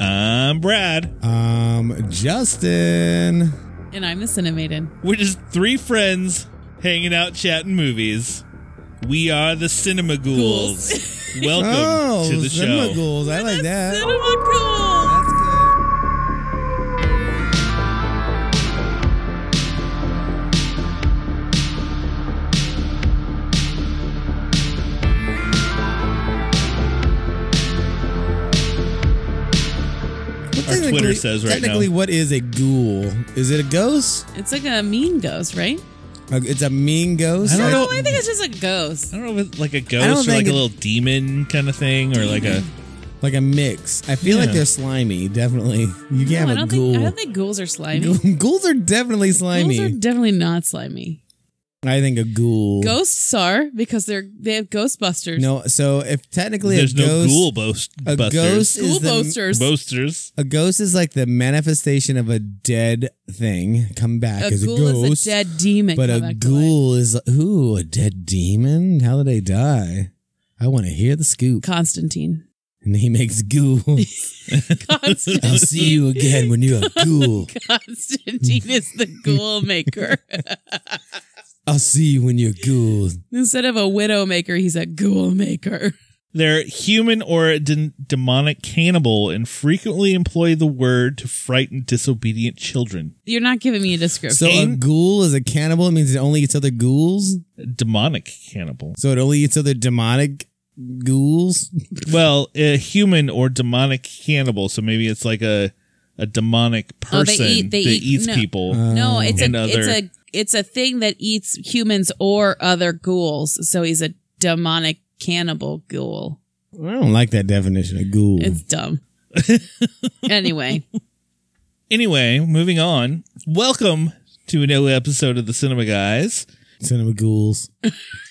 I'm Brad. Um, Justin. And I'm the Cinemaiden. We're just three friends hanging out, chatting movies. We are the Cinema Ghouls. Welcome oh, to the Cinema show. Ghouls. I like that. Cinema That's good. Our Twitter Technically- says right now. Technically, what is a ghoul? Is it a ghost? It's like a mean ghost, right? Uh, It's a mean ghost. I don't No, know. I think it's just a ghost. I don't know if it's like a I don't ghost or like think a it- little demon kind of thing or like a. like a mix. I feel like Yeah. they're slimy. Definitely, you No, can I have a don't ghoul. think I don't think ghouls are slimy. Ghoul- Ghouls are definitely slimy. Ghouls are definitely not slimy. I think a ghoul. Ghosts are because they're they have Ghostbusters. No, so if technically There's a no ghost, ghoul boast, a busters. ghost Ghoul is the, boasters. Boasters. A ghost is like the manifestation of a dead thing come back a as a ghoul ghost. is a dead demon. but come a back to life. ghoul is ooh a dead demon. How did they die? I want to hear the scoop. Constantine. And he makes ghoul. Constantine. I'll see you again when you're a ghoul. Constantine is the ghoul maker. I'll see you when you're a ghoul. Instead of a widow maker, he's a ghoul maker. They're human or de- demonic cannibal and frequently employ the word to frighten disobedient children. You're not giving me a description. So a Ain't- ghoul is a cannibal. It means it only eats other ghouls. Demonic cannibal. So it only eats other demonic ghouls. Well, a human or demonic cannibal. So maybe it's like a a demonic person Oh, they eat- they that eat- eats no. people. No, it's Um, And a other- it's a it's a thing that eats humans or other ghouls. So he's a demonic cannibal ghoul. I don't like that definition of ghoul. It's dumb. anyway, Anyway, moving on. Welcome to another episode of the Cinema Guys. Cinema ghouls.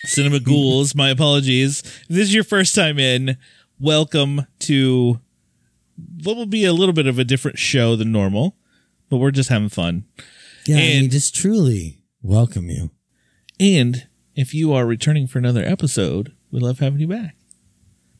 Cinema Ghouls, my apologies. If this is your first time in, welcome to what will be a little bit of a different show than normal, but we're just having fun. Yeah, I mean, And- just truly welcome you. And if you are returning for another episode, we love having you back.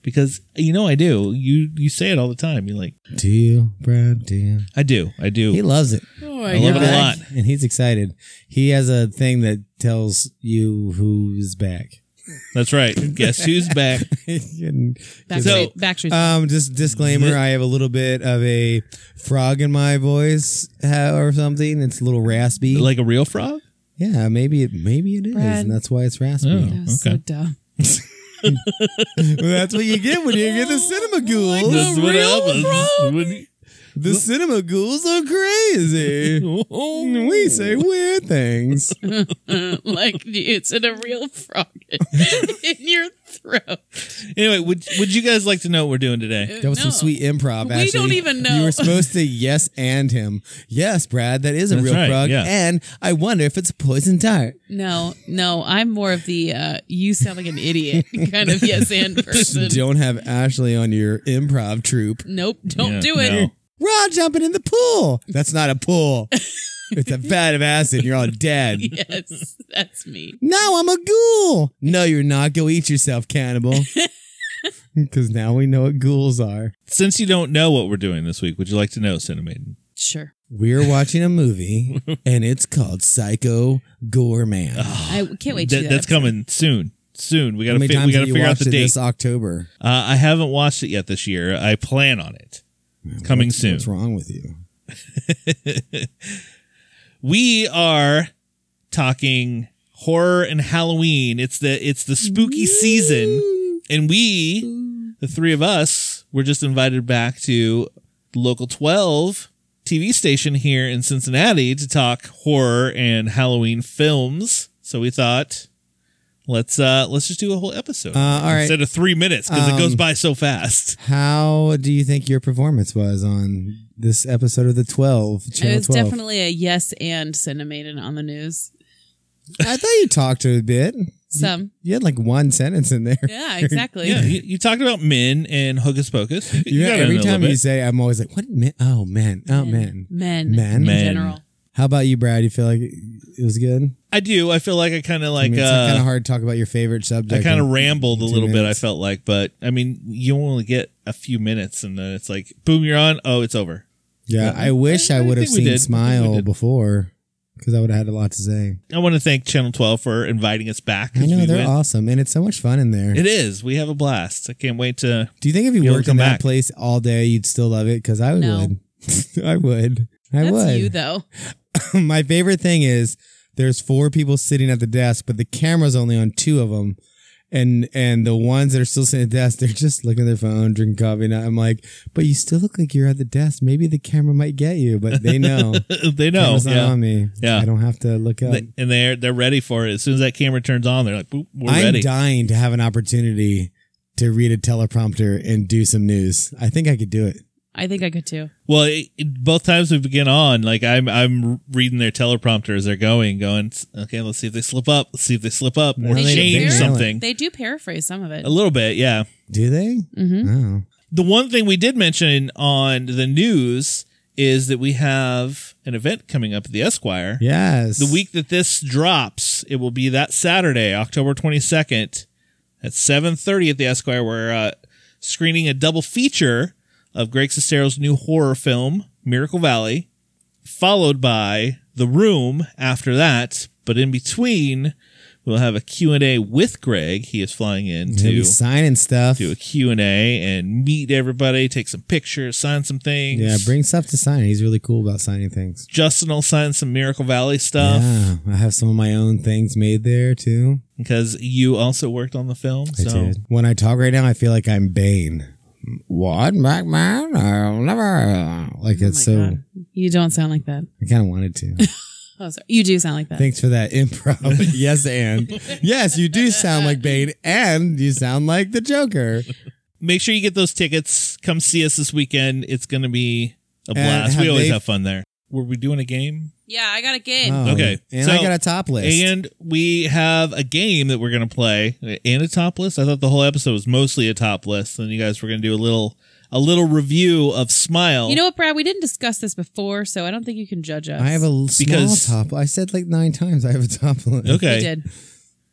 Because you know I do. You you say it all the time. You're like, Do you, Brad? Do you? I do, I do. He loves it. oh my I love it a God. lot. And he's excited. He has a thing that tells you who's back. That's right. Guess who's back? And Backstreet, So, uh, Backstreet. um, just disclaimer: I have a little bit of a frog in my voice uh, or something. It's a little raspy. Like a real frog? yeah, maybe it, maybe it is, Brad. and that's why it's raspy. Oh. that was so okay. dumb. Well, that's what you get when you get the cinema ghouls. This- That's what real frog? When- The cinema ghouls are crazy. we say weird things. like it's in a real frog in your throat. Anyway, would would you guys like to know what we're doing today? That was No. some sweet improv. We Ashley. don't even know. You were supposed to yes and him. Yes, Brad, that is a That's real right, frog. yeah. And I wonder if it's a poison dart. No, no, I'm more of the uh, you sound like an idiot kind of yes and person. Don't have Ashley on your improv troupe. Nope, don't Yeah, do it. no. We're all jumping in the pool. That's not a pool. it's a vat of acid. You're all dead. Yes, that's me. No, I'm a ghoul. No, you're not. Go eat yourself, cannibal. Because now we know what ghouls are. Since you don't know what we're doing this week, would you like to know, Cinemaiden? Sure. We're watching a movie, and it's called Psycho Goreman. I can't wait. to That- do that that's episode. coming soon. Soon. We How gotta many fi- times we have gotta you figure out watched the it date. this October? Uh, I haven't watched it yet this year. I plan on it. Coming soon. What's wrong with you? We are talking horror and Halloween. It's the it's the spooky season, and we, the three of us, were just invited back to local twelve TV station here in Cincinnati to talk horror and Halloween films. So we thought. Let's uh let's just do a whole episode Uh, all right. instead of three minutes because it Um, goes by so fast. How do you think your performance was on this episode of the Twelve? It Channel was Twelve. definitely a yes and cinemated on the news. I thought you talked a bit. Some. You had like one sentence in there. Yeah, exactly. Yeah, you, you talked about men and Hocus Pocus. You, You know, got it every in a time little you bit. say, I'm always like, "What man? Oh man! Oh man! Men. Men. Men? In Men. general. How about you, Brad? You feel like it was good? I do. I feel like I kind of like I mean, it's uh, kind of hard to talk about your favorite I subject. kind of in rambled a two little bit. I minutes. felt like, but I mean, you only get a few minutes, and then it's like, boom, you're on. Oh, it's over. Yeah, Yeah. I wish I- I, I would have think we seen did. I think we Smile did. before because I would have had a lot to say. I want to thank Channel 12 for inviting us back. I 'cause know we they're went- awesome, and it's so much fun in there. It is. We have a blast. I can't wait to. Do you think if you You'll worked come in that back. place all day, you'd still love it? Because I No. would. I would. I That's would. you though. My favorite thing is there's four people sitting at the desk, but the camera's only on two of them. And and the ones that are still sitting at the desk, they're just looking at their phone, drinking coffee. And I'm like, but you still look like you're at the desk. Maybe the camera might get you, but they know. they know. Camera's not yeah. on me. Yeah. I don't have to look up. They- and they're they're ready for it. As soon as that camera turns on, they're like, boop, we're I'm ready. dying to have an opportunity to read a teleprompter and do some news. I think I could do it. I think I could too. Well, it, it- both times we begin on, like I'm I'm reading their teleprompter as they're going, going, okay, let's see if they slip up. Let's see if they slip up or They do change paraphrase- something. They do paraphrase some of it. A little bit, yeah. Do they? hmm Oh. The one thing we did mention on the news is that we have an event coming up at the Esquire. Yes. The week that this drops, it will be that Saturday, October 22nd at 7:30 at the Esquire we're uh, screening a double feature of Greg Sestero's new horror film Miracle Valley followed by The Room after that, but in between we'll have a Q&A with Greg. He is flying in He'll to be signing stuff. do a Q&A and meet everybody, take some pictures, sign some things. Yeah, bring stuff to sign. He's really cool about signing things. Justin will sign some Miracle Valley stuff Yeah, I have some of my own things made there too. because you also worked on the film. I so did. When I talk right now, I feel like I'm Bane. What, black man? I'll never. uh, Like Oh my it's so. God. You don't sound like that. I kind of wanted to. Oh, sorry. You do sound like that. Thanks for that improv. yes, and yes, you do sound like Bane, and you sound like the Joker. make sure you get those tickets. Come see us this weekend. It's going to be a blast. have We always they- have fun there. Were we doing a game? yeah, I got a kid. Oh, Okay, and so- I got a top list. And we have a game that we're going to play and a top list. I thought the whole episode was mostly a top list. Then you guys were going to do a little a little review of Smile. You know what, Brad? We didn't discuss this before, so I don't think you can judge us. I have a l- small Because- top. I said like nine times. I have a top list. Okay. You did.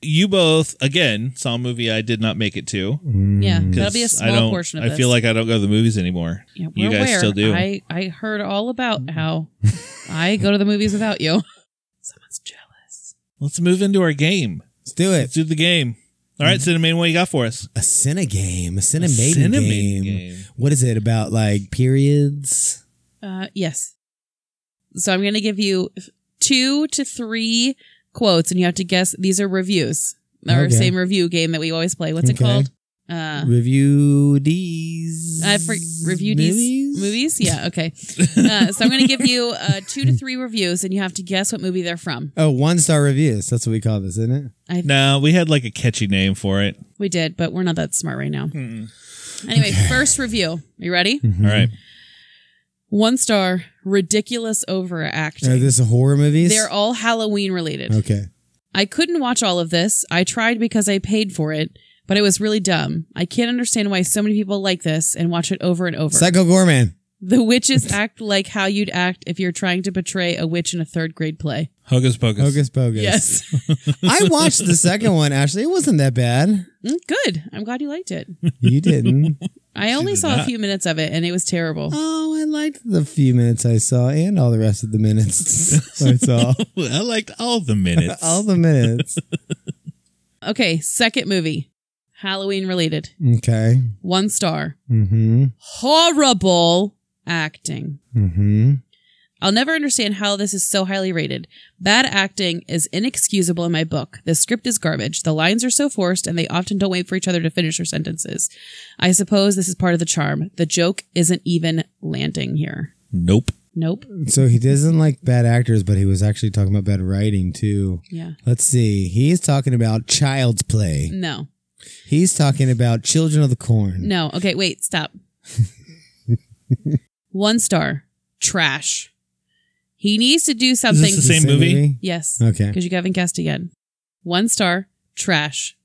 you both again saw a movie I did not make it to. Yeah, Mm. that'll 'cause be a I small don't- portion of I this. feel like I don't go to the movies anymore. Yeah, you we're guys aware. still do. I, I heard all Mm. about how I go to the movies without you. Someone's jealous. Let's move into our game. Let's do Let's it. do the game. All right, Mm-hmm. Cinnamon, what you got for us? A cine game. A cine Cinnamon game. game. What is it about? Like periods? Uh, yes. So I'm going to give you two to three quotes, and you have to guess these are reviews. Our Okay. same review game that we always play. What's it Okay. called? Uh, Review these. I for review these movies. Yeah, okay. Uh, so I'm going to give you uh, two to three reviews, and you have to guess what movie they're from. Oh, one star reviews. That's what we call this, isn't it? I No, we had like a catchy name for it. we did, but we're not that smart right now. Anyway, first review. Are you ready? Hmm. All right. One star. Ridiculous overacting. Are Uh, this horror movies? they're all Halloween related. okay. I couldn't watch all of this. I tried because I paid for it, but it was really dumb. I can't understand why so many people like this and watch it over and over. Psycho Gorman. the witches act like how you'd act if you're trying to portray a witch in a third grade play. Hocus Pocus. Mm-hmm. Hocus Pocus. Yes. I watched the second one. Actually, it wasn't that bad. Mm, Good. I'm glad you liked it. You didn't. I only did saw a not. few minutes of it and it was terrible. oh, I liked the few minutes I saw, and all the rest of the minutes I saw. I liked all the minutes. all the minutes. Okay, second movie. Halloween related. Okay. One star. Mm-hmm. Horrible acting. Mm-hmm. I'll never understand how this is so highly rated. Bad acting is inexcusable in my book. The script is garbage. The lines are so forced and they often don't wait for each other to finish their sentences. I suppose this is part of the charm. The joke isn't even landing here. nope. Nope. So he doesn't like bad actors, but he was actually talking about bad writing too. Yeah. Let's see. He's talking about child's play. No. He's talking about children of the corn. No. Okay, wait, stop. One star. Trash. He needs to do something. the same movie? Yes. Okay. because you haven't guessed yet. One star, trash.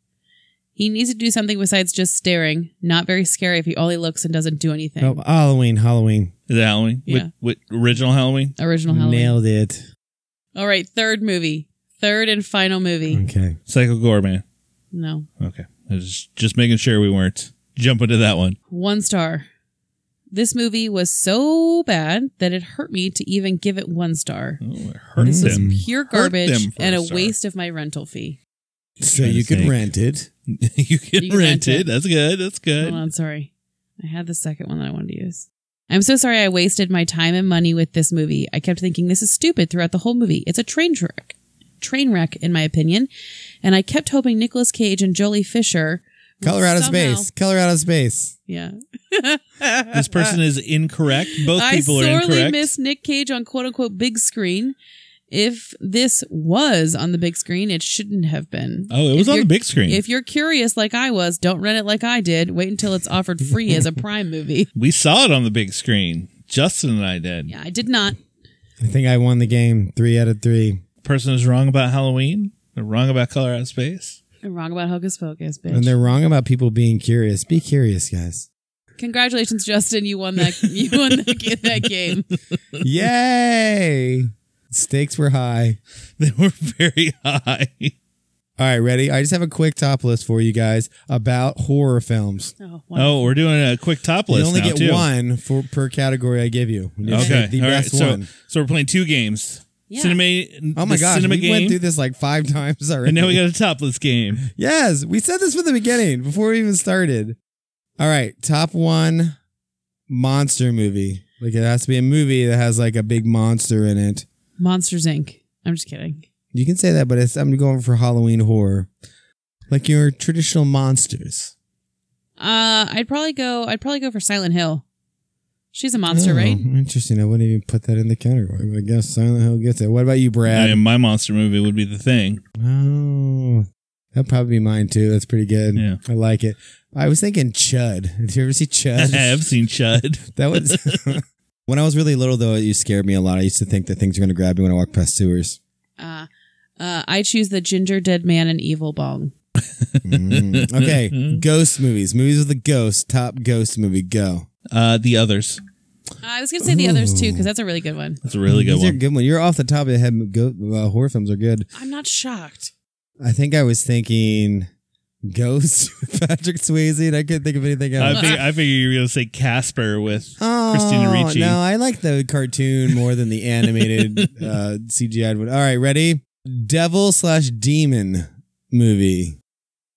He needs to do something besides just staring. Not very scary if he only looks and doesn't do anything. Oh, Halloween, Halloween. Is it Halloween? Yeah. With, with original Halloween? Original Oh, Halloween. Nailed it. All right, third movie. Third and final movie. Okay. Psycho Gorman. No. Okay. I was just making sure we weren't jump into that one. One star. This movie was so bad that it hurt me to even give it one star. Oh, it hurt This Mm. was them. pure Hurt them garbage for and a a star. waste of my rental fee. So Trying to you could think. rent it. you can You can rent rent it. it. That's good. That's good. Hold on, sorry. I had the second one that I wanted to use. I'm so sorry I wasted my time and money with this movie. I kept thinking this is stupid throughout the whole movie. It's a train wreck. Train wreck, in my opinion. And I kept hoping Nicolas Cage and Jolie Fisher would Colorado somehow- space. Colorado space. Yeah. This person is incorrect. Both I people are sorely incorrect. miss Nick Cage on quote unquote big screen. If this was on the big screen, it shouldn't have been. oh, it was If on the you're- big screen. If you're curious like I was, don't rent it like I did. Wait until it's offered free as a Prime movie. we saw it on the big screen. Justin and I did. Yeah, I did not. I think I won the game three out of three. Person is wrong about Halloween. They're wrong about Color Out of Space. I'm wrong about Hocus Pocus, And bitch. they're wrong about people being curious. Be curious, guys. Congratulations, Justin. You won that. You won that, that game. Yay! Stakes were high. They were very high. All right, ready? I just have a quick top list for you guys about horror films. Oh, wow. Oh, we're doing a quick top list you only now, get too. one for per category I give you. You just Okay, pick the all right. best So, one. so we're playing two games. Yeah. Cinema. Oh my the gosh, Cinema we game. went through this like five times already. and now we got a topless game. yes, we said this from the beginning before we even started. All right, top one monster movie. Like it has to be a movie that has like a big monster in it. Monsters Inc. I'm just kidding. You can say that, but it's, I'm going for Halloween horror, like your traditional monsters. Uh, I'd probably go. I'd probably go for Silent Hill. She's a monster, Oh, right? Interesting. I wouldn't even put that in the category, but I guess Silent Hill gets it. What about you, Brad? And my monster movie would be the thing. oh, that'd probably be mine too. That's pretty good. Yeah. I like it. I was thinking Chud. Did you ever see I Chud? have seen Chud. That was when I was really little, though. It scared me a lot. I used to think that things were going to grab me when I walked past sewers. Uh, uh, I choose the ginger dead man and evil bong. Mm. Okay, Mm-hmm. ghost movies, movies with a ghost. Top ghost movie, go. Uh, the others. Uh, I was gonna say the others too because that's a really good one. That's a really good These are one. good one. You're off the top of the head. Go, uh, horror films are good. I'm not shocked. I think I was thinking Ghost with Patrick Swayze, and I couldn't think of anything else. I, fig- I figure you were gonna say Casper with Oh, Christina Ricci. No, I like the cartoon more than the animated uh, CGI one. All right, ready? Devil slash demon movie.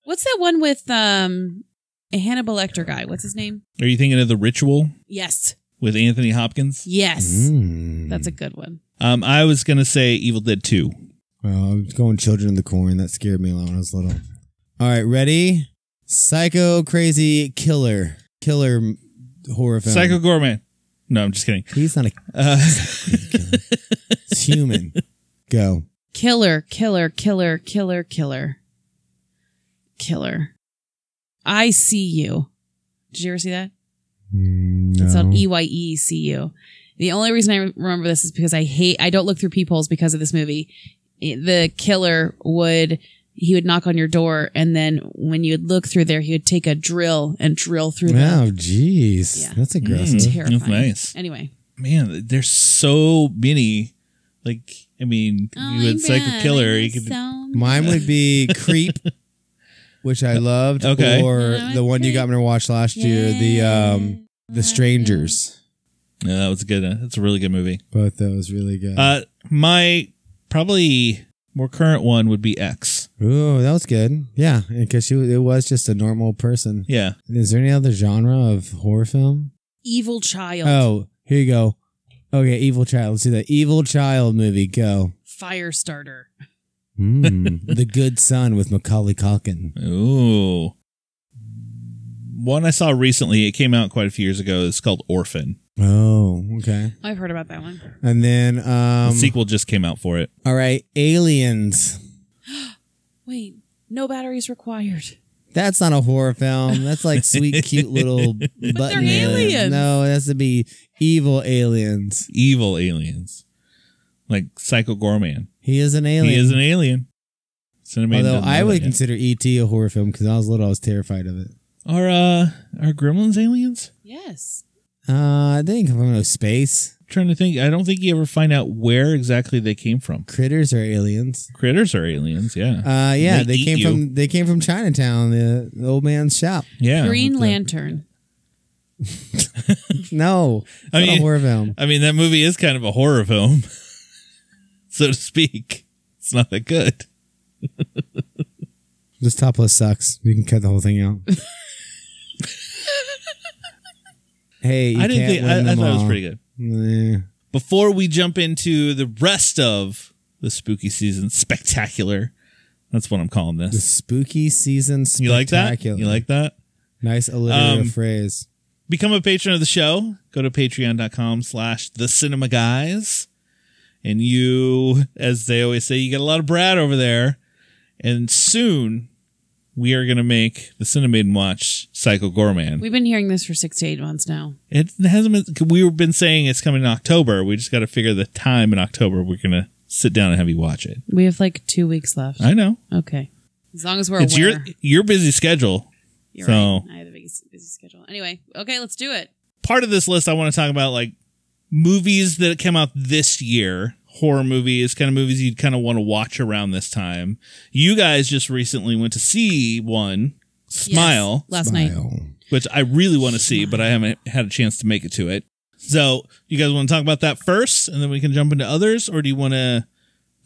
What's that one with um a Hannibal Lecter guy? What's his name? Are you thinking of the Ritual Yes, with Anthony Hopkins? yes, Mm. that's a good one. Um, I was gonna say Evil Dead Two. Well, I was going Children of the Corn. That scared me a lot when I was little. All right, ready? Psycho crazy killer. Killer m- horror film. Psycho Gorman. No, I'm just kidding. He's not a Uh, killer. It's human. Go. Killer, killer, killer, killer, killer, killer. I see you. Did you ever see that? No. It's spelled E Y E C U. The only reason I re- remember this is because I hate, I don't look through peepholes because of this movie. It- The killer would, he would knock on your door and then when you would look through there, he would take a drill and drill through Wow, that. jeez. Yeah. That's aggressive. Mm, Terrifying. Mm-hmm. that's nice. Anyway. man, there's so many. Like, I mean, Oh, you had Psycho Killer. You could. Mine would be Creep, which I loved, Okay. or Yeah, the one you got me to watch last year, the um, The Strangers. No, that was a good. Uh, that's a really good movie. Both those really good. Uh, my probably more current one would be X. Ooh, that was good. Yeah, because she was- it was just a normal person. Yeah, Is there any other genre of horror film? Evil Child. Oh, here you go. Okay, Evil Child. Let's do that. Evil Child movie. Go. Firestarter. Mm. the Good Son with Macaulay Culkin. Ooh. One I saw recently, it came out quite a few years ago. It's called Orphan. Oh, okay. I've heard about that one. And then, The um, sequel just came out for it. all right, Aliens. Wait, no batteries required. That's not a horror film. That's like sweet, cute little button. aliens. No, it has to be evil aliens. Evil aliens. Like Psycho Gorman. He is an alien. He is an alien. Cinnamon Although doesn't I know would that yet. consider E.T. a horror film because when I was little, I was terrified of it. Are uh are gremlins aliens? Yes. Uh, they didn't come from no space. trying to think. I don't think you ever find out where exactly they came from. Critters are aliens. Critters are aliens, yeah. Uh, yeah, They they, eat came you. from they came from Chinatown, the, the old man's shop. yeah. Green Lantern. No, I it's not mean- a horror film. I mean, that movie is kind of a horror film, so to speak. It's not that good. This top list sucks. We can cut the whole thing out. hey, you I didn't can't think, win I, I them thought it was all. pretty good. Nah. Before we jump into the rest of the spooky season spectacular, that's what I'm calling The this. spooky season You like that? spectacular. You like that? nice alliterative Um, phrase. become a patron of the show go to patreon.com slash the cinema guys and you as they always say you get a lot of brad over there and soon we are going to make the cinemaiden watch psycho gorman We've been hearing this for six to eight months now. it hasn't been we've been saying it's coming in october we just got to figure the time in october we're going to sit down and have you watch it We have like two weeks left. i know okay. As long as we're it's aware. your your busy schedule You're so- right. I have a busy, busy schedule. Anyway, okay, let's do it. part of this list I want to talk about like movies that came out this year, horror movies, kind of movies you'd kind of want to watch around this time. You guys just recently went to see one, Smile, Yes, last night. Smile. which I really want to see, but I haven't had a chance to make it to it. So, you guys want to talk about that first and then we can jump into others or do you want to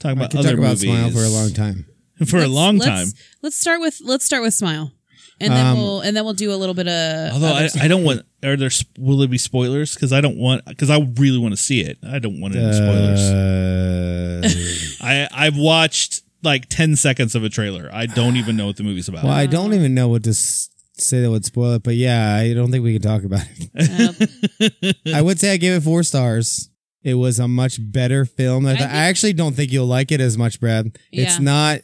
talk I about could other talk about movies? Smile for a long time. For a Let's- long let's- time. Let's start with let's start with Smile, and then Um, we'll and then we'll do a little bit of. Although other I, stuff. I don't want are there sp- will there be spoilers cuz I don't want cuz I really want to see it. I don't want any spoilers. Uh, I I've watched like ten seconds of a trailer. I don't even know what the movie's about. well, I don't even know what to s- say that would spoil it, but yeah, I don't think we can talk about it. Uh, I would say I gave it four stars. It was a much better film. I, I I, think- actually don't think you'll like it as much, Brad. Yeah. It's not.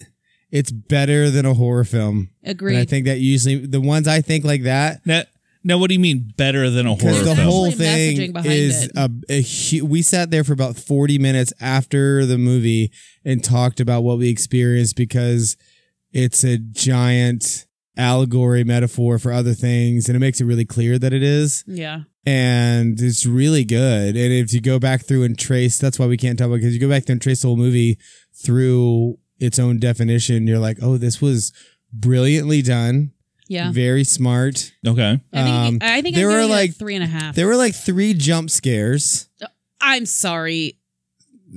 It's better than a horror film. And I agreed. think that usually the ones I think like that Now, now, what do you mean better than a horror because There's the film? whole actually messaging thing behind is it. a, a hu- we sat there for about 40 minutes after the movie and talked about what we experienced because it's a giant allegory metaphor for other things and it makes it really clear that it is yeah, and it's really good and if you go back through and trace that's why we can't talk about because you go back through and trace the whole movie through its own definition you're like oh this was brilliantly done yeah. very smart okay, I think um, I think there I'm were, giving it a like- three and a half. there were like three jump scares I'm sorry,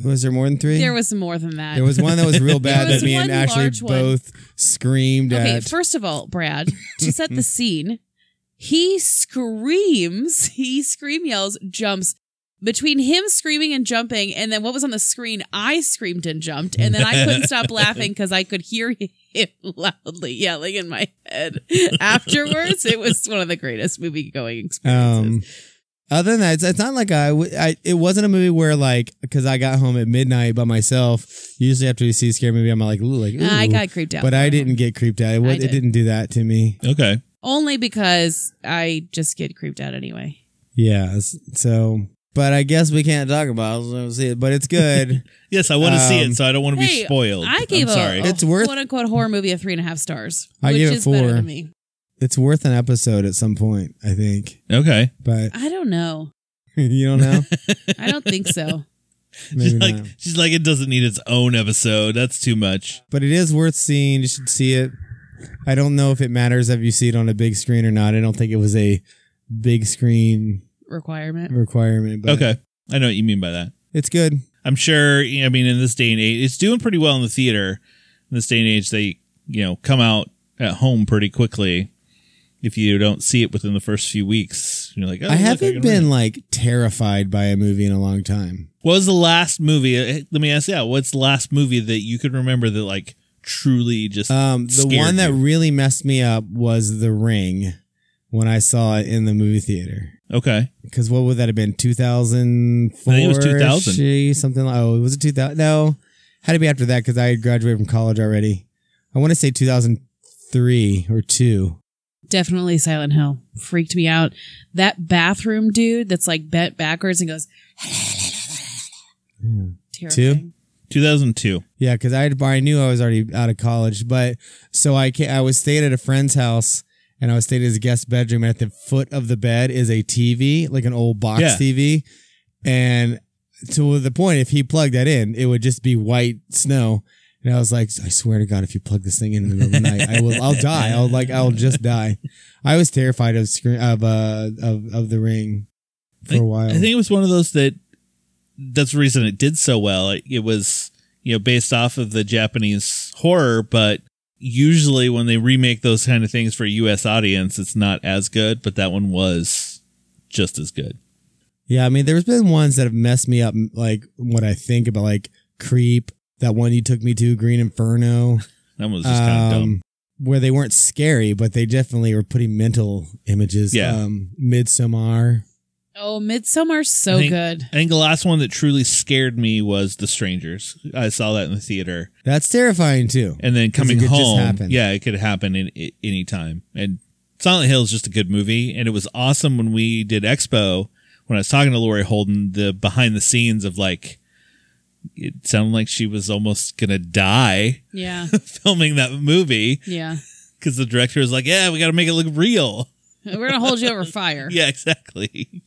Was there more than three? there was more than that. There was one that was real bad There was that me and one Ashley large one. both screamed Okay, at. first of all, Brad, to set the scene, he screams, he scream yells, jumps. Between him screaming and jumping, and then what was on the screen, I screamed and jumped, and then I couldn't stop laughing because I could hear him loudly yelling in my head. Afterwards, it was one of the greatest movie going experiences. um, other than that, it's, it's not like I, w- I- It wasn't a movie where like because I got home at midnight by myself. Usually after you see a scary movie, I'm like, ooh, like Um, ooh. Ah, I got creeped out, But I didn't get creeped out. It, wa- I did. it didn't do that to me. okay. only because I just get creeped out anyway. Yeah. s- So, but I guess we can't talk about it. so see it, But it's good. Yes, I want to see Um, it, so I don't want to Hey, be spoiled. I gave I'm sorry. a, a Oh, It's worth- quote unquote horror movie a three and a half stars, I which gave it is better four. than me. it's worth an episode at some point, I think. okay, But I don't know. you don't know. I don't think so. she's Maybe like not. she's like it doesn't need its own episode. That's too much. but it is worth seeing. You should see it. I don't know if it matters if you see it on a big screen or not. I don't think it was a big screen Requirement. requirement, but okay, I know what you mean by that. it's good. I'm sure. I mean, in this day and age, it's doing pretty well in the theater. In this day and age, they you know come out at home pretty quickly. If you don't see it within the first few weeks, you're like, oh, I look, haven't can rent it. been like terrified by a movie in a long time. What was the last movie? eh, Let me ask. Yeah, what's the last movie that you could remember that like truly just? Um, the Scared one that you. really messed me up was The Ring when I saw it in the movie theater. okay, Because what would that have been? Two thousand four? I think it was 2000. Something like oh, was it two thousand? No, had to be after that because I had graduated from college already. I want to say two thousand three or two. Definitely Silent Hill. Freaked me out. That bathroom dude that's like bent backwards and goes. Terrifying. 2002. Yeah, because I had, I knew I was already out of college, but so I can I was staying at a friend's house and I was staying at his guest bedroom. And at the foot of the bed is a TV, like an old box Yeah. TV, And to the point, if he plugged that in, it would just be white snow. And I was like, I swear to God, if you plug this thing in in the middle of the night, I will, I'll die. I'll like, I'll just die. I was terrified of screen of uh of of the ring for a while. I think it was one of those that that's the reason it did so well. It, it was, you know, based off of the Japanese horror, but usually when they remake those kind of things for a US audience, it's not as good, but that one was just as good. Yeah, I mean, there's been ones that have messed me up, like what I think about, like Creep, that one you took me to, Green Inferno, That one was just kind of dumb. um, where they weren't scary, but they definitely were putting mental images. Yeah. um, Midsommar. Oh, Midsummer's so I think- good. I think the last one that truly scared me was The Strangers. I saw that in the theater. That's terrifying too. And then 'Cause coming it could just home, happen. yeah, it could happen in, i any time. And Silent Hill is just a good movie, and it was awesome when we did Expo. When I was talking to Lori Holden, the behind the scenes of like, it sounded like she was almost gonna die Yeah. filming that movie Yeah. because the director was like, "Yeah, we got to make it look real." We're gonna hold you over fire. Yeah, exactly.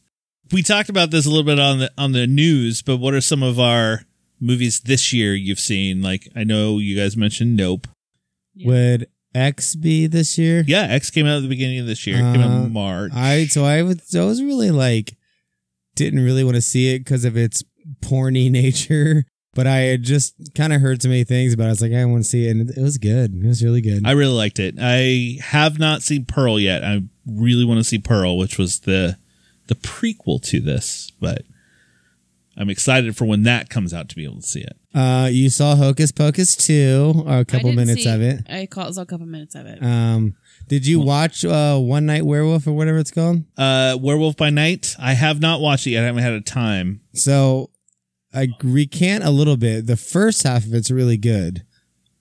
We talked about this a little bit on the on the news, but what are some of our movies this year you've seen? Like, I know you guys mentioned Nope. Yeah. Would X be this year? Yeah, X came out at the beginning of this year. It came out Uh, in March. I so I was I was really like didn't really want to see it because of its porny nature. But I had just kind of heard so many things about. it. I was like, I want to see it, and it was good. It was really good. I really liked it. I have not seen Pearl yet. I really want to see Pearl, which was the the prequel to this, but I'm excited for when that comes out to be able to see it. Uh, you saw Hocus Pocus 2, or a I couple didn't minutes see- of it. I caught saw a couple minutes of it. Um, did you watch uh, One Night Werewolf or whatever it's called? Uh Werewolf by Night. I have not watched it yet. I haven't had a time. So I recant a little bit. The first half of it's really good,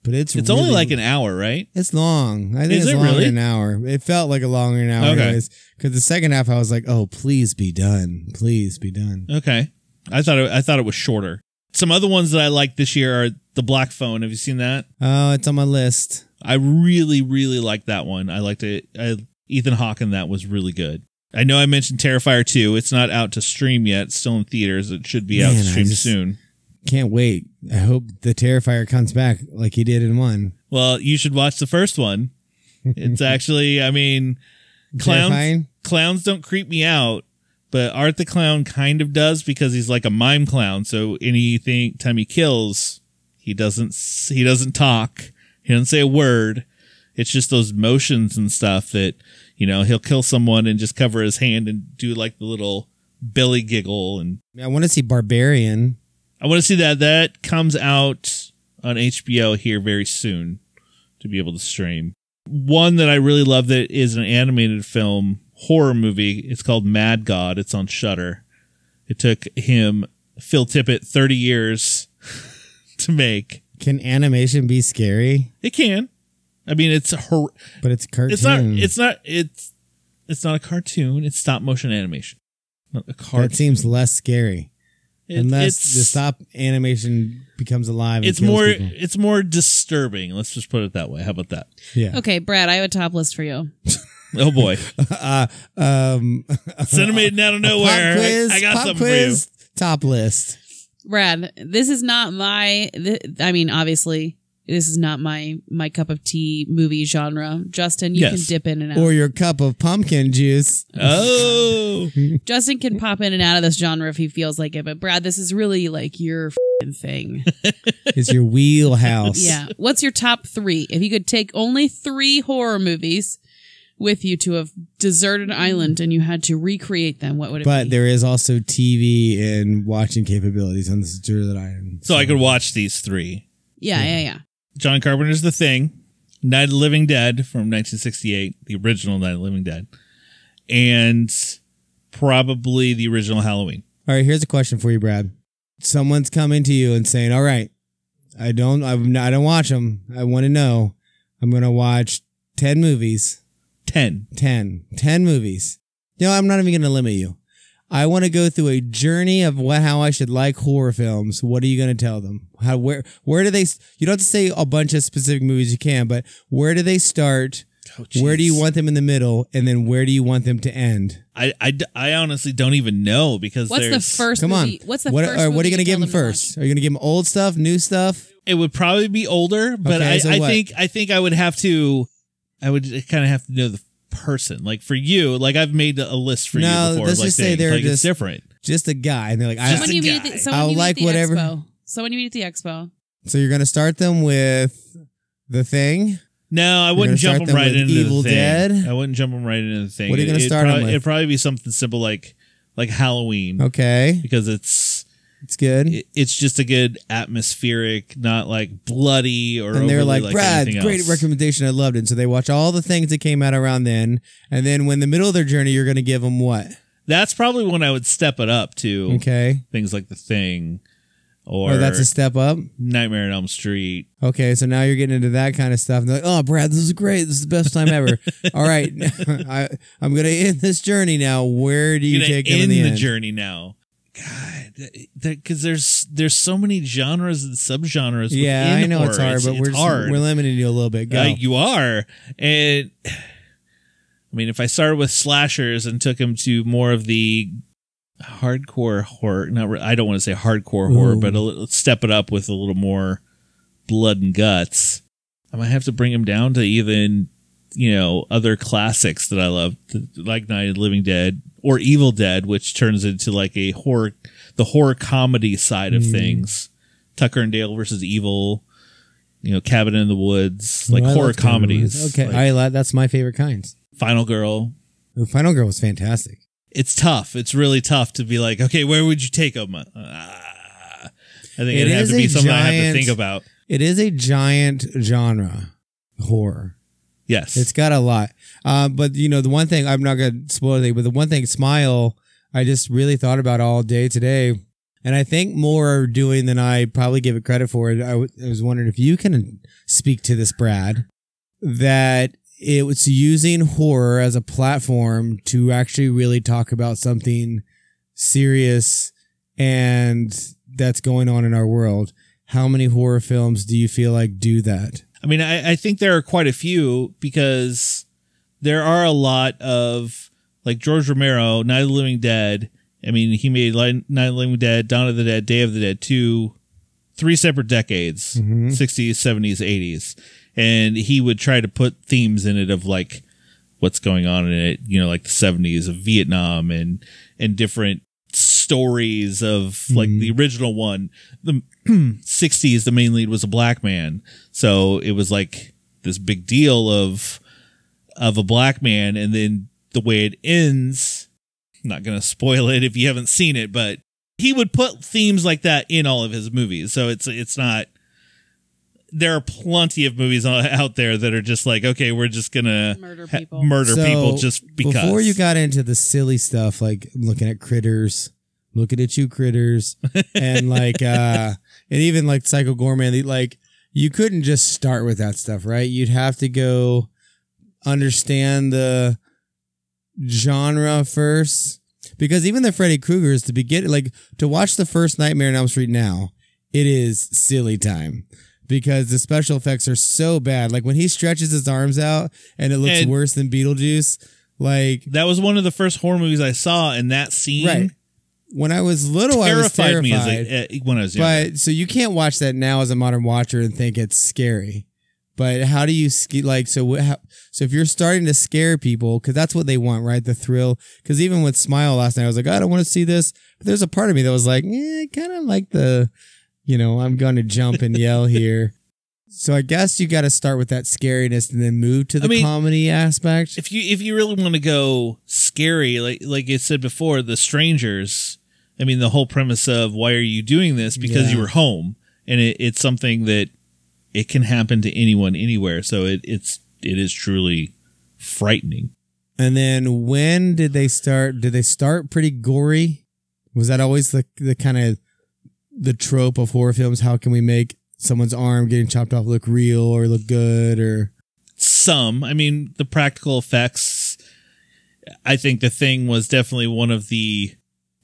but it's It's only really- like an hour, right? it's long. I think Is it's it longer really? than an hour. It felt like a longer than an hour, Okay. anyways. Because the second half, I was like, "Oh, please be done, please be done." Okay. I thought it, I thought it was shorter. Some other ones that I like this year are The Black Phone. Have you seen that? Oh, it's on my list. I really, really liked that one. I liked it. I, Ethan Hawke in that was really good. I know I mentioned Terrifier 2. It's not out to stream yet. It's still in theaters. It should be out Man, to I stream just- soon. Can't wait. I hope the Terrifier comes back like he did in one. Well, you should watch the first one. It's actually, I mean, clowns Terrifying? clowns don't creep me out, but Art the clown kind of does because he's like a mime clown. So anything time he kills, he doesn't s- he doesn't talk, he doesn't say a word. It's just those motions and stuff that you know he'll kill someone and just cover his hand and do like the little belly giggle. And I want to see Barbarian. I want to see that that comes out on HBO here very soon to be able to stream. One that I really love that is an animated film horror movie. It's called Mad God. It's on Shutter. It took him Phil Tippett 30 years to make. Can animation be scary? It can. I mean, it's hor- But it's a cartoon. it's not it's not it's it's not a cartoon. It's stop motion animation. Not a that cartoon. seems less scary It- unless it's- the stop animation becomes alive. And it's kills more people. it's more disturbing. Let's just put it that way. How about that? Yeah. Okay, Brad, I have a top list for you. Oh boy. uh, um, Cinemaiden out of nowhere. Pop quiz. I, I got pop something quiz. Top list. Brad, this is not my. Th- I mean, obviously, this is not my my cup of tea movie genre. Justin, you Yes. can dip in and out. Or your cup of pumpkin juice. for you. Oh. Justin can pop in and out of this genre if he feels like it. But Brad, this is really like your fing thing. It's your wheelhouse. yeah. What's your top three? If you could take only three horror movies with you to a deserted island and you had to recreate them, what would it Mm. But be? there is also TV and watching capabilities on this tour that I am. so I could watch these three. yeah, yeah, yeah. John Carpenter's The Thing, Night of the Living Dead from 1968, the original Night of the Living Dead, and probably the original Halloween. All right, here's a question for you, Brad. Someone's coming to you and saying, "All right, I don't, I'm not, I don't watch them. I want to know. I'm gonna watch ten movies, 10. 10, 10 movies. No, I'm not even gonna limit you. I want to go through a journey of what how I should like horror films. What are you gonna tell them? How where where do they? You don't have to say a bunch of specific movies. You can, but where do they start? Oh, jeez. Where do you want them in the middle, and then where do you want them to end? I, I, d- I honestly don't even know because What's the there's- first? Come on, movie- What's the what, first? or what are movie you gonna give tell them to watch? first? Are you gonna give them old stuff, new stuff? It would probably be older, but Okay, I, so I what? think I think I would have to, I would kind of have to know the person. Like for you, like I've made a list for No, you before. let's of, like, just say things. they're like, it's just- different. Just a guy, and they're like, Just I, Someone a you meet at guy. the, someone I'll you meet like at the whatever- expo. Someone you meet at the expo. so you're gonna start them with the thing. No, I You're wouldn't gonna jump start them them right with into the Evil thing. Dead? I wouldn't jump them right into the thing. What are you gonna It- it'd start 'em probably- with? It'd probably be something simple like like Halloween Okay, because it's it's good. it- it's just a good atmospheric, not like bloody or and they're overly like, Brad, anything great else. recommendation. I loved it. And so they watch all the things that came out around then. And then when the middle of their journey, you're going to give them what? That's probably when I would step it up to Okay. things like the thing. Or Or that's a step up. Nightmare on Elm Street. Okay. So now you're getting into that kind of stuff. And they're like, oh, Brad, this is great. This is the best time ever. all right. I, I'm going to end this journey now. Where do you Gonna take them in end the, the end? journey now. God, because there's there's so many genres and subgenres. Yeah, within I know horror. it's hard, but we're, it's just- hard. we're limiting you a little bit. Go. Uh, you are, and I mean, if I started with slashers and took him to more of the hardcore horror, not re- I don't want to say hardcore horror, Ooh. but a little, step it up with a little more blood and guts. I might have to bring him down to even you know other classics that I love, th- like Night of the Living Dead or Evil Dead, which turns into like a horror, the horror comedy side of Mm. things. Tucker and Dale versus Evil, you know, Cabin in the Woods, like Oh, I horror love Final comedies. Girls. Okay. like I li- that's my favorite kinds. Final Girl. Ooh, Final Girl was fantastic. It's tough. It's really tough to be like, okay, where would you take them? Uh, I think It it'd have is to be a something I have to giant- think about. It is a giant genre, horror. Yes. It's got a lot. Um, but you know, the one thing I'm not gonna spoil anything, but the one thing, smile, I just really thought about all day today. And I think more doing than I probably give it credit for. I, w- I was wondering if you can speak to this, Brad, that it was using horror as a platform to actually really talk about something serious and that's going on in our world. How many horror films do you feel like do that? I mean, I, I think there are quite a few because there are a lot of like George Romero, Night of the Living Dead. I mean, he made Li- Night of the Living Dead, Dawn of the Dead, Day of the Dead, two, three separate decades, Mhm. 60s, 70s, 80s. And he would try to put themes in it of like what's going on in it, you know, like the 70s of Vietnam and, and different stories of like Mhm. the original one. The 60s, the main lead was a black man. So it was like this big deal of, of a black man. And then the way it ends, I'm not going to spoil it if you haven't seen it, but he would put themes like that in all of his movies. So it's, it's not, there are plenty of movies o- out there that are just like, okay, we're just going to Murder ha- people. murder So, people just because. Before you got into the silly stuff, like looking at critters, looking at you critters, and like, uh, and even like Psycho Gourmet, the- like you couldn't just start with that stuff, right? You'd have to go understand the genre first, because even the Freddy Krueger's to begin, like to watch the first Nightmare on Elm Street now, it is silly time. Because the special effects are so bad. Like when he stretches his arms out and it looks And- worse than Beetlejuice, like that was one of the first horror movies I saw, and that scene Right. when I was little, I was terrified terrified. me as a, eh, when I was young. but so you can't watch that now as a modern watcher and think it's scary. But how do you ski like so? wh- How, so if you're starting to scare people, because that's what they want, right? The thrill. Because even with Smile last night, I was like, I don't want to see this. But there's a part of me that was like, eh, kind of like the, you know, I'm going to jump and yell here. So I guess you got to start with that scariness and then move to the mean, comedy aspect. if you if you really want to go scary, like like it said before, the strangers. I mean, the whole premise of why are you doing this? Because Yeah. you were home, and it, it's something that it can happen to anyone, anywhere. So it it's it is truly frightening. And then when did they start? Did they start pretty gory? Was that always the the kind of the trope of horror films? How can we make someone's arm getting chopped off look real or look good? Or Some, I mean, the practical effects. I think the thing was definitely one of the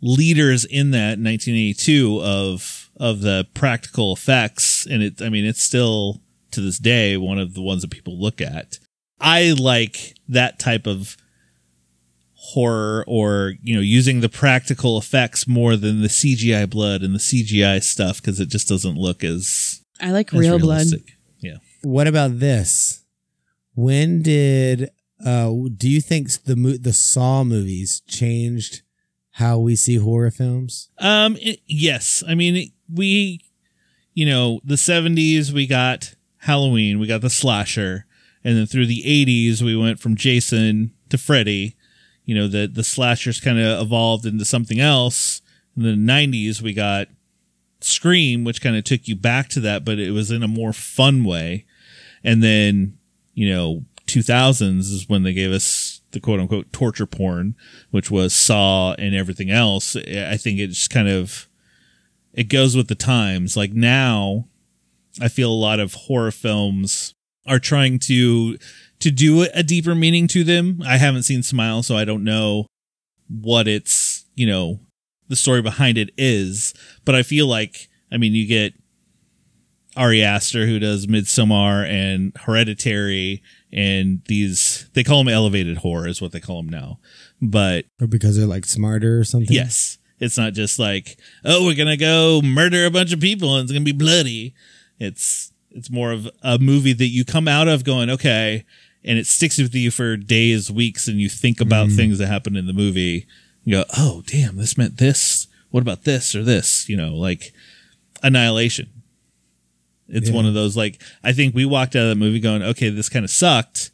leaders in that 1982 of of the practical effects, and it. I mean, it's still to this day one of the ones that people look at. I like that type of horror or, you know, using the practical effects more than the CGI blood and the CGI stuff because it just doesn't look as, I like as real blood. realistic. Yeah. What about this? When did uh do you think the mo- the Saw movies changed how we see horror films? Um. it- yes. I mean, it- we, you know, the seventies we got Halloween, we got the slasher, and then through the eighties we went from Jason to Freddy. You know, the the slashers kind of evolved into something else. In the nineties we got Scream, which kind of took you back to that, but it was in a more fun way. And then, you know, 2000s is when they gave us the quote unquote torture porn, which was Saw and everything else. I think it just kind of, it goes with the times. Like now, I feel a lot of horror films are trying to, to do a deeper meaning to them. I haven't seen Smile, so I don't know what it's, you know, the story behind it is. But I feel like, I mean, you get Ari Aster who does Midsommar and Hereditary and these, they call them elevated horror is what they call them now. But Or because they're like smarter or something? yes, it's not just like, oh, we're going to go murder a bunch of people and it's going to be bloody. It's, it's more of a movie that you come out of going, okay. And it sticks with you for days, weeks, and you think about things that happened in the movie. You go, oh, damn, this meant this. What about this or this? You know, like Annihilation. It's Yeah. one of those, like, I think we walked out of that movie going, okay, this kind of sucked,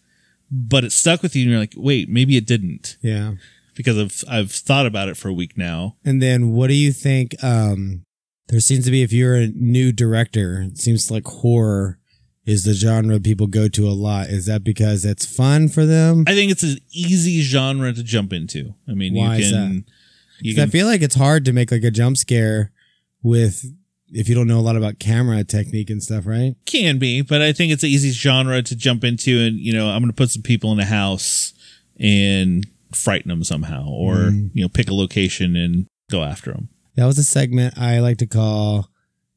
but it stuck with you. And you're like, wait, maybe it didn't Yeah. because I've I've thought about it for a week now. And then what do you think? Um, there seems to be, if you're a new director, it seems like horror is the genre people go to a lot. Is that because it's fun for them? I think it's an easy genre to jump into. I mean, Why you is can you 'Cause I can feel like it's hard to make like a jump scare with, if you don't know a lot about camera technique and stuff, right? can be, but I think it's an easy genre to jump into. And you know, I'm going to put some people in a house and frighten them somehow, or Mm. you know, pick a location and go after them. That was a segment I like to call.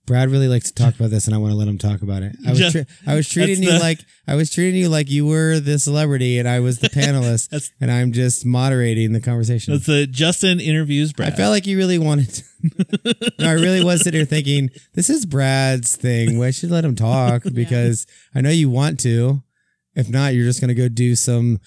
Brad really likes to talk about this, and I want to let him talk about it. I was, Just- tre- I was treating that's you the- like I was treating you like you were the celebrity, and I was the panelist, That's- and I'm just moderating the conversation. That's the Justin interviews Brad. I felt like you really wanted. To, no, I really was sitting here thinking this is Brad's thing. We should let him talk because I know you want to. If not, you're just gonna go do some,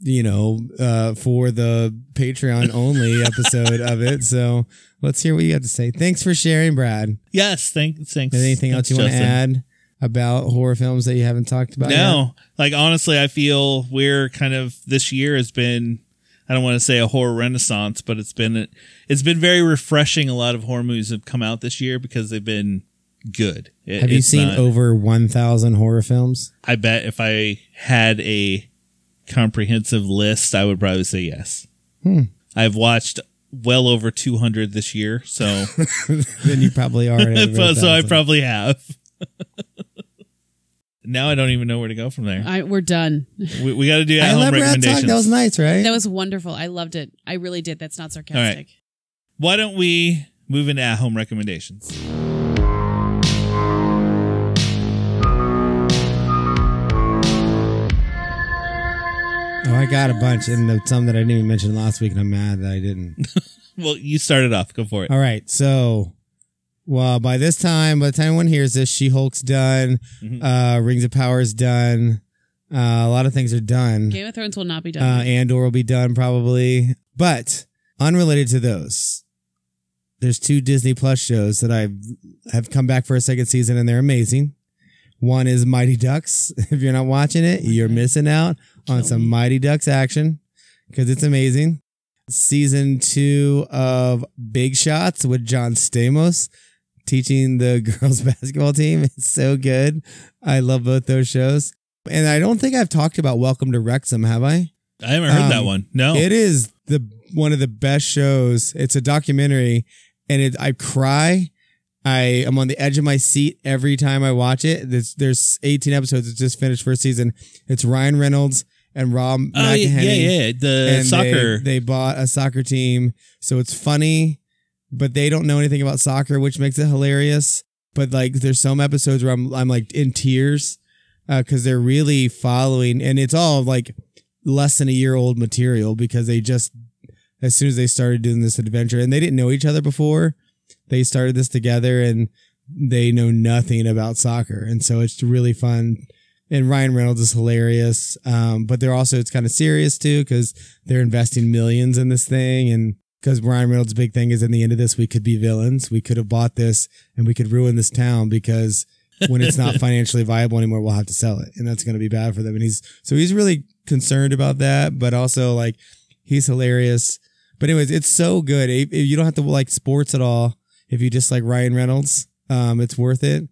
you know, uh, for the Patreon only episode of it. So let's hear what you have to say. Thanks for sharing, Brad. yes, thanks. Thanks. Is there anything else Thanks, you want to Justin. add about horror films that you haven't talked about? yet? No, like honestly, I feel we're kind of this year has been. I don't want to say a horror renaissance, but it's been it's been very refreshing. A lot of horror movies have come out this year because they've been good. It- Have you it's seen not- over one thousand horror films? I bet if I had a comprehensive list, I would probably say yes. Hmm. I've watched well over 200 this year, so then you probably are. at over so I 1,000. probably have. now I don't even know where to go from there. I, we're done. We, we got to do I at-home love Brad talk. recommendations. That was nice, right? That was wonderful. I loved it. I really did. That's not sarcastic. All right. why don't we move into at home recommendations? Oh, I got a bunch, and the, some that I didn't even mention last week, and I'm mad that I didn't. Well, you started off. Go for it. All right, so, well, by this time, by the time anyone hears this, She Hulk's done, Mhm. uh, Rings of Power is done, uh, a lot of things are done. Game of Thrones will not be done. Uh, Andor will be done probably, but unrelated to those, there's two Disney Plus shows that I have come back for a second season, and they're amazing. One is Mighty Ducks. If you're not watching it, you're missing out Uh, on Kill some me. Mighty Ducks action because it's amazing. Season two of Big Shots with John Stamos teaching the girls basketball team. It's so good. I love both those shows. And I don't think I've talked about Welcome to Wrexham, have I? I haven't heard um, that one. No. It is the one of the best shows. It's a documentary, and it I cry. I am on the edge of my seat every time I watch it. There's, there's 18 episodes. It's just finished first season. It's Ryan Reynolds and Rob oh, yeah, McElhenney. yeah, yeah. The And they- soccer. They, bought a soccer team, so it's funny, but they don't know anything about soccer, which makes it hilarious. But like, there's some episodes where I'm I'm like in tears because they're really following, and it's all like less than a year old material because they just as soon as they started doing this adventure, and they didn't know each other before, they started this together, and they know nothing about soccer, and so it's really fun. And Ryan Reynolds is hilarious, um, but they're also it's kind of serious too because they're investing millions in this thing, and because Ryan Reynolds' big thing is in the end of this we could be villains, we could have bought this and we could ruin this town because when it's not financially viable anymore, we'll have to sell it, and that's going to be bad for them. And he's so he's really concerned about that, but also like he's hilarious. But anyways, it's so good. If- if you don't have to like sports at all. If you just like Ryan Reynolds, um, it's worth it.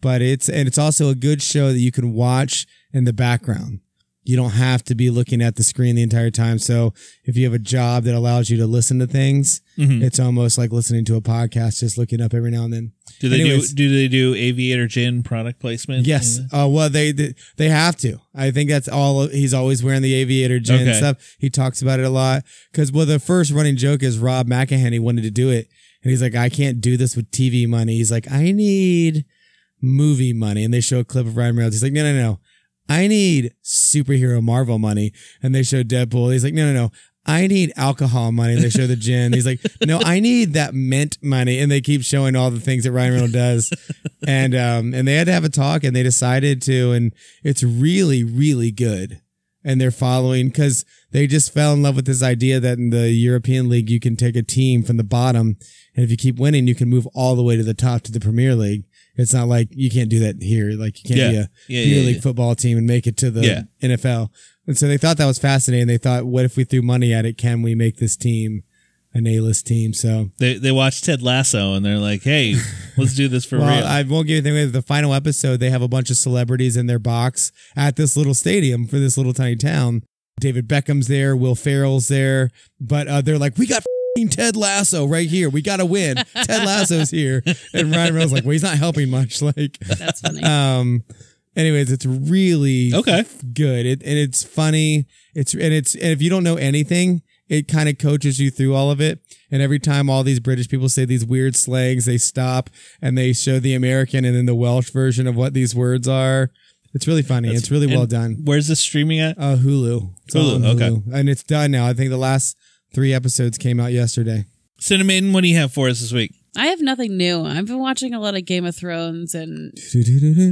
But it's and it's also a good show that you can watch in the background. You don't have to be looking at the screen the entire time. So if you have a job that allows you to listen to things, Mhm. it's almost like listening to a podcast, just looking up every now and then. Do they Anyways. do do they do aviator gin product placement? Yes. And- Oh well, they they they have to. I think that's all. He's always wearing the aviator gin and Okay. stuff. He talks about it a lot because well, the first running joke is Rob McElhenney wanted to do it, and he's like, I can't do this with TV money. He's like, I need movie money, and they show a clip of Ryan Reynolds. He's like, No, no, no, I need superhero Marvel money, and they show Deadpool. He's like, No, no, no. I need alcohol money. and They show the gin. He's like, no, I need that mint money. And they keep showing all the things that Ryan Reynolds does and um and they had to have a talk and they decided to and it's really really good and they're following because they just fell in love with this idea that in the european league you can take a team from the bottom and if you keep winning you can move all the way to the top to the premier league it's not like you can't do that here like you can't Yeah. be a Yeah, Premier yeah, League yeah. football team and make it to the Yeah. NFL. And so they thought that was fascinating. They thought, what if we threw money at it? Can we make this team an A-list team? So They they watch Ted Lasso and they're like, hey, let's do this for well, real. I won't give anything away. The final episode, they have a bunch of celebrities in their box at this little stadium for this little tiny town. David Beckham's there, Will Ferrell's there, but uh, they're like, we got fing Ted Lasso right here. We got to win. Ted Lasso's here, and Ryan Reynolds like, well, he's not helping much. Like, That's funny. um, anyways, it's really Okay. good. It, and it's funny. It's and it's and if you don't know anything, it kind of coaches you through all of it. And every time all these British people say these weird slangs, they stop and they show the American and then the Welsh version of what these words are. It's really funny. it's really well And done. Where's this streaming at? Uh, Hulu. It's all Hulu, on okay. And it's done now. I think the last three episodes came out yesterday. Cinnamon, what do you have for us this week? I have nothing new. I've been watching a lot of Game of Thrones and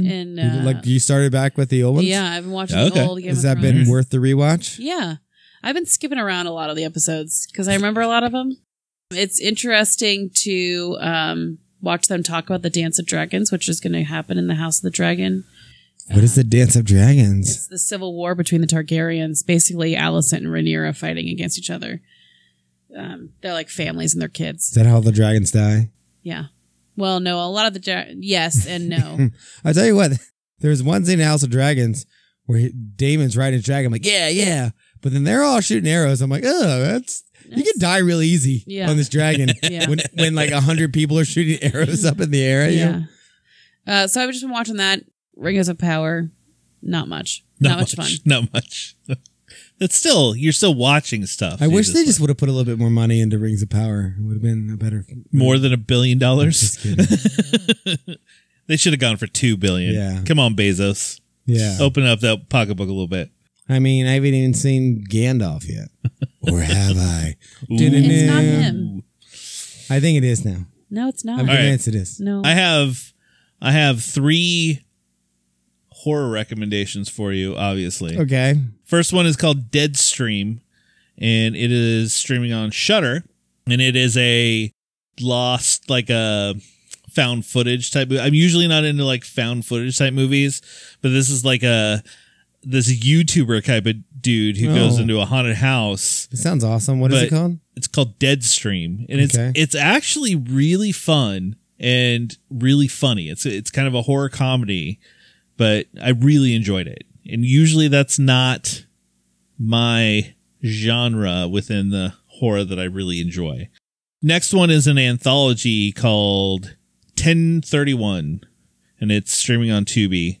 and uh, like you started back with the old ones. yeah, I've been watching Okay. old Game Has of that Thrones. been worth the rewatch? Yeah. I've been skipping around a lot of the episodes because I remember a lot of them. It's interesting to um, watch them talk about the Dance of Dragons, which is going to happen in the House of the Dragon. What is the Dance of Dragons? It's the civil war between the Targaryens. Basically, Alicent and Rhaenyra fighting against each other. Um, they're like families and their Is kids. that how the dragons die? Yeah. Well, no, a lot of the dra- yes and no. I tell you what, there's one scene in House of Dragons where he- Damon's riding his dragon. I'm like, yeah, yeah. But then they're all shooting arrows. I'm like, oh, that's you could die really easy Yeah. on this dragon Yeah. when when like a hundred people are shooting arrows up in the air. at you. yeah. Uh, so I've just been watching that. Rings of Power, not much, not, much fun. Not much. It's still you're still watching stuff. I You're wish they just like, would have put a little bit more money into Rings of Power. It would have been a better more than a billion dollars. Just kidding. They should have gone for two billion. Yeah. Come on, Bezos. Yeah. Open up that pocketbook a little bit. I mean, I haven't even seen Gandalf yet. or have I? It's not Yeah. him. I think it is now. No, it's not. I'm All right. convinced it is. No. I have I have three horror recommendations for you, obviously. Okay. First one is called Deadstream, and it is streaming on Shutter, and it is a lost like a found footage type. Movie. I'm usually not into like found footage type movies, but this is like a this YouTuber type of dude who goes Oh. into a haunted house. It sounds awesome. What is it But- called? It's called Deadstream, and it's Okay. it's actually really fun and really funny. It's it's kind of a horror comedy, but I really enjoyed it. And usually that's not my genre within the horror that I really enjoy. Next one is an anthology called 1031 and it's streaming on Tubi.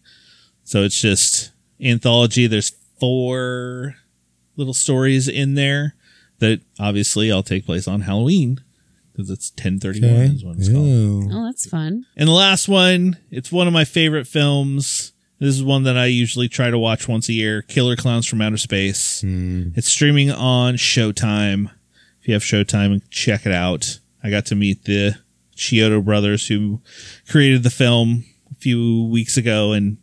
So it's just anthology. There's four little stories in there that obviously all take place on Halloween because it's 1031 is what it's called. Ooh. oh, that's fun. And the last one, it's one of my favorite films. This is one that I usually try to watch once a year. Killer Clowns from Outer Space. Hmm. It's streaming on Showtime. If you have Showtime, check it out. I got to meet the Chiodo brothers who created the film a few weeks ago, and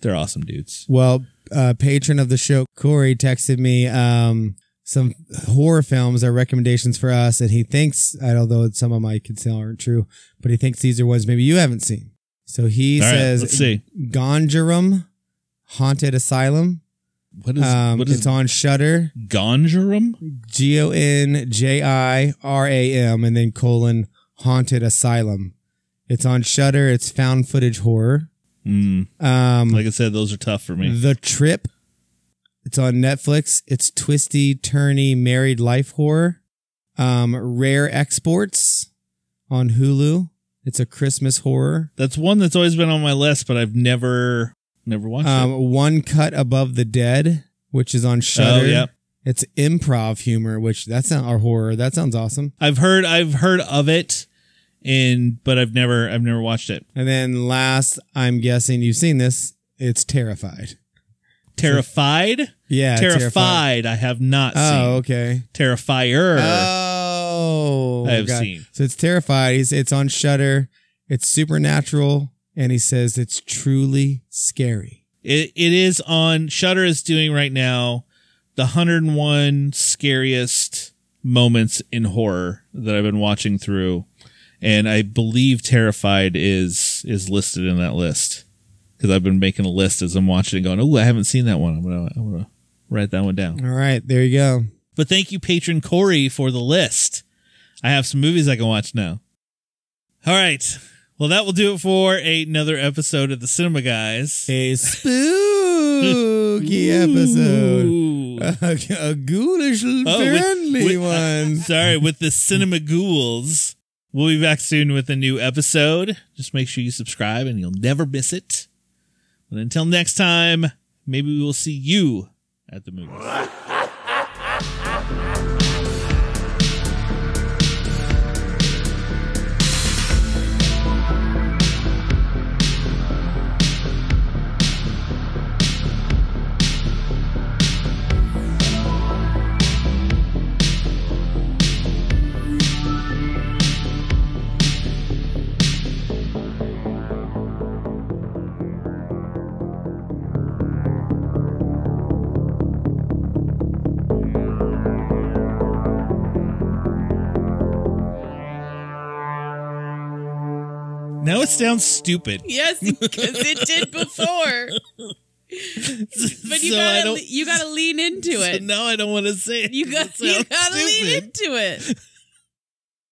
they're awesome dudes. Well, uh, patron of the show, Corey, texted me um, some horror films are recommendations for us, and he thinks, I don't know, some of my could say aren't true, but he thinks these are ones maybe you haven't seen. So he All right, says, let's see. Gonjarum, Haunted Asylum. What is Um, what is it's on Shutter. Gonjurum? G O N J I R A M, and then colon Haunted Asylum. It's on Shutter. It's found footage horror. Mm, Um, like I said, those are tough for me. the Trip. It's on Netflix. It's twisty, turny, married life horror. Um, Rare Exports on Hulu. It's a Christmas horror. That's one that's always been on my list, but I've never never watched it. Um, One Cut Above the Dead, which is on Shutter. Oh, yeah. It's improv humor, which that's not our horror. That sounds awesome. I've heard I've heard of it, and but I've never I've never watched it. And then last, I'm guessing you've seen this. It's Terrified. Terrified, Yeah, terrified. I have not Oh, seen okay. Terrifier. Oh, I have God. seen. So it's Terrified. It's, it's on Shutter. It's supernatural, and he says it's truly scary. it it is on Shutter is doing right now the 101 scariest moments in horror that I've been watching through, and I believe Terrified is is listed in that list because I've been making a list as I'm watching and going, oh, I haven't seen that one. I'm gonna I'm gonna write that one down. All right, there you go. But thank you, patron Corey, for the list. I have some movies I can watch now. All right. Well, that will do it for another episode of the Cinema Guys. A spooky episode. Ooh. A, a ghoulish Oh, with- friendly with- one. Sorry, with the Cinema Ghouls. We'll be back soon with a new episode. Just make sure you subscribe and you'll never miss it. But until next time, maybe we will see you at the movies. Now it sounds stupid. Yes, because it did before. But you So I gotta don't- you gotta lean into so it. now I don't want to say it. You got It you sounds gotta lean stupid. into it.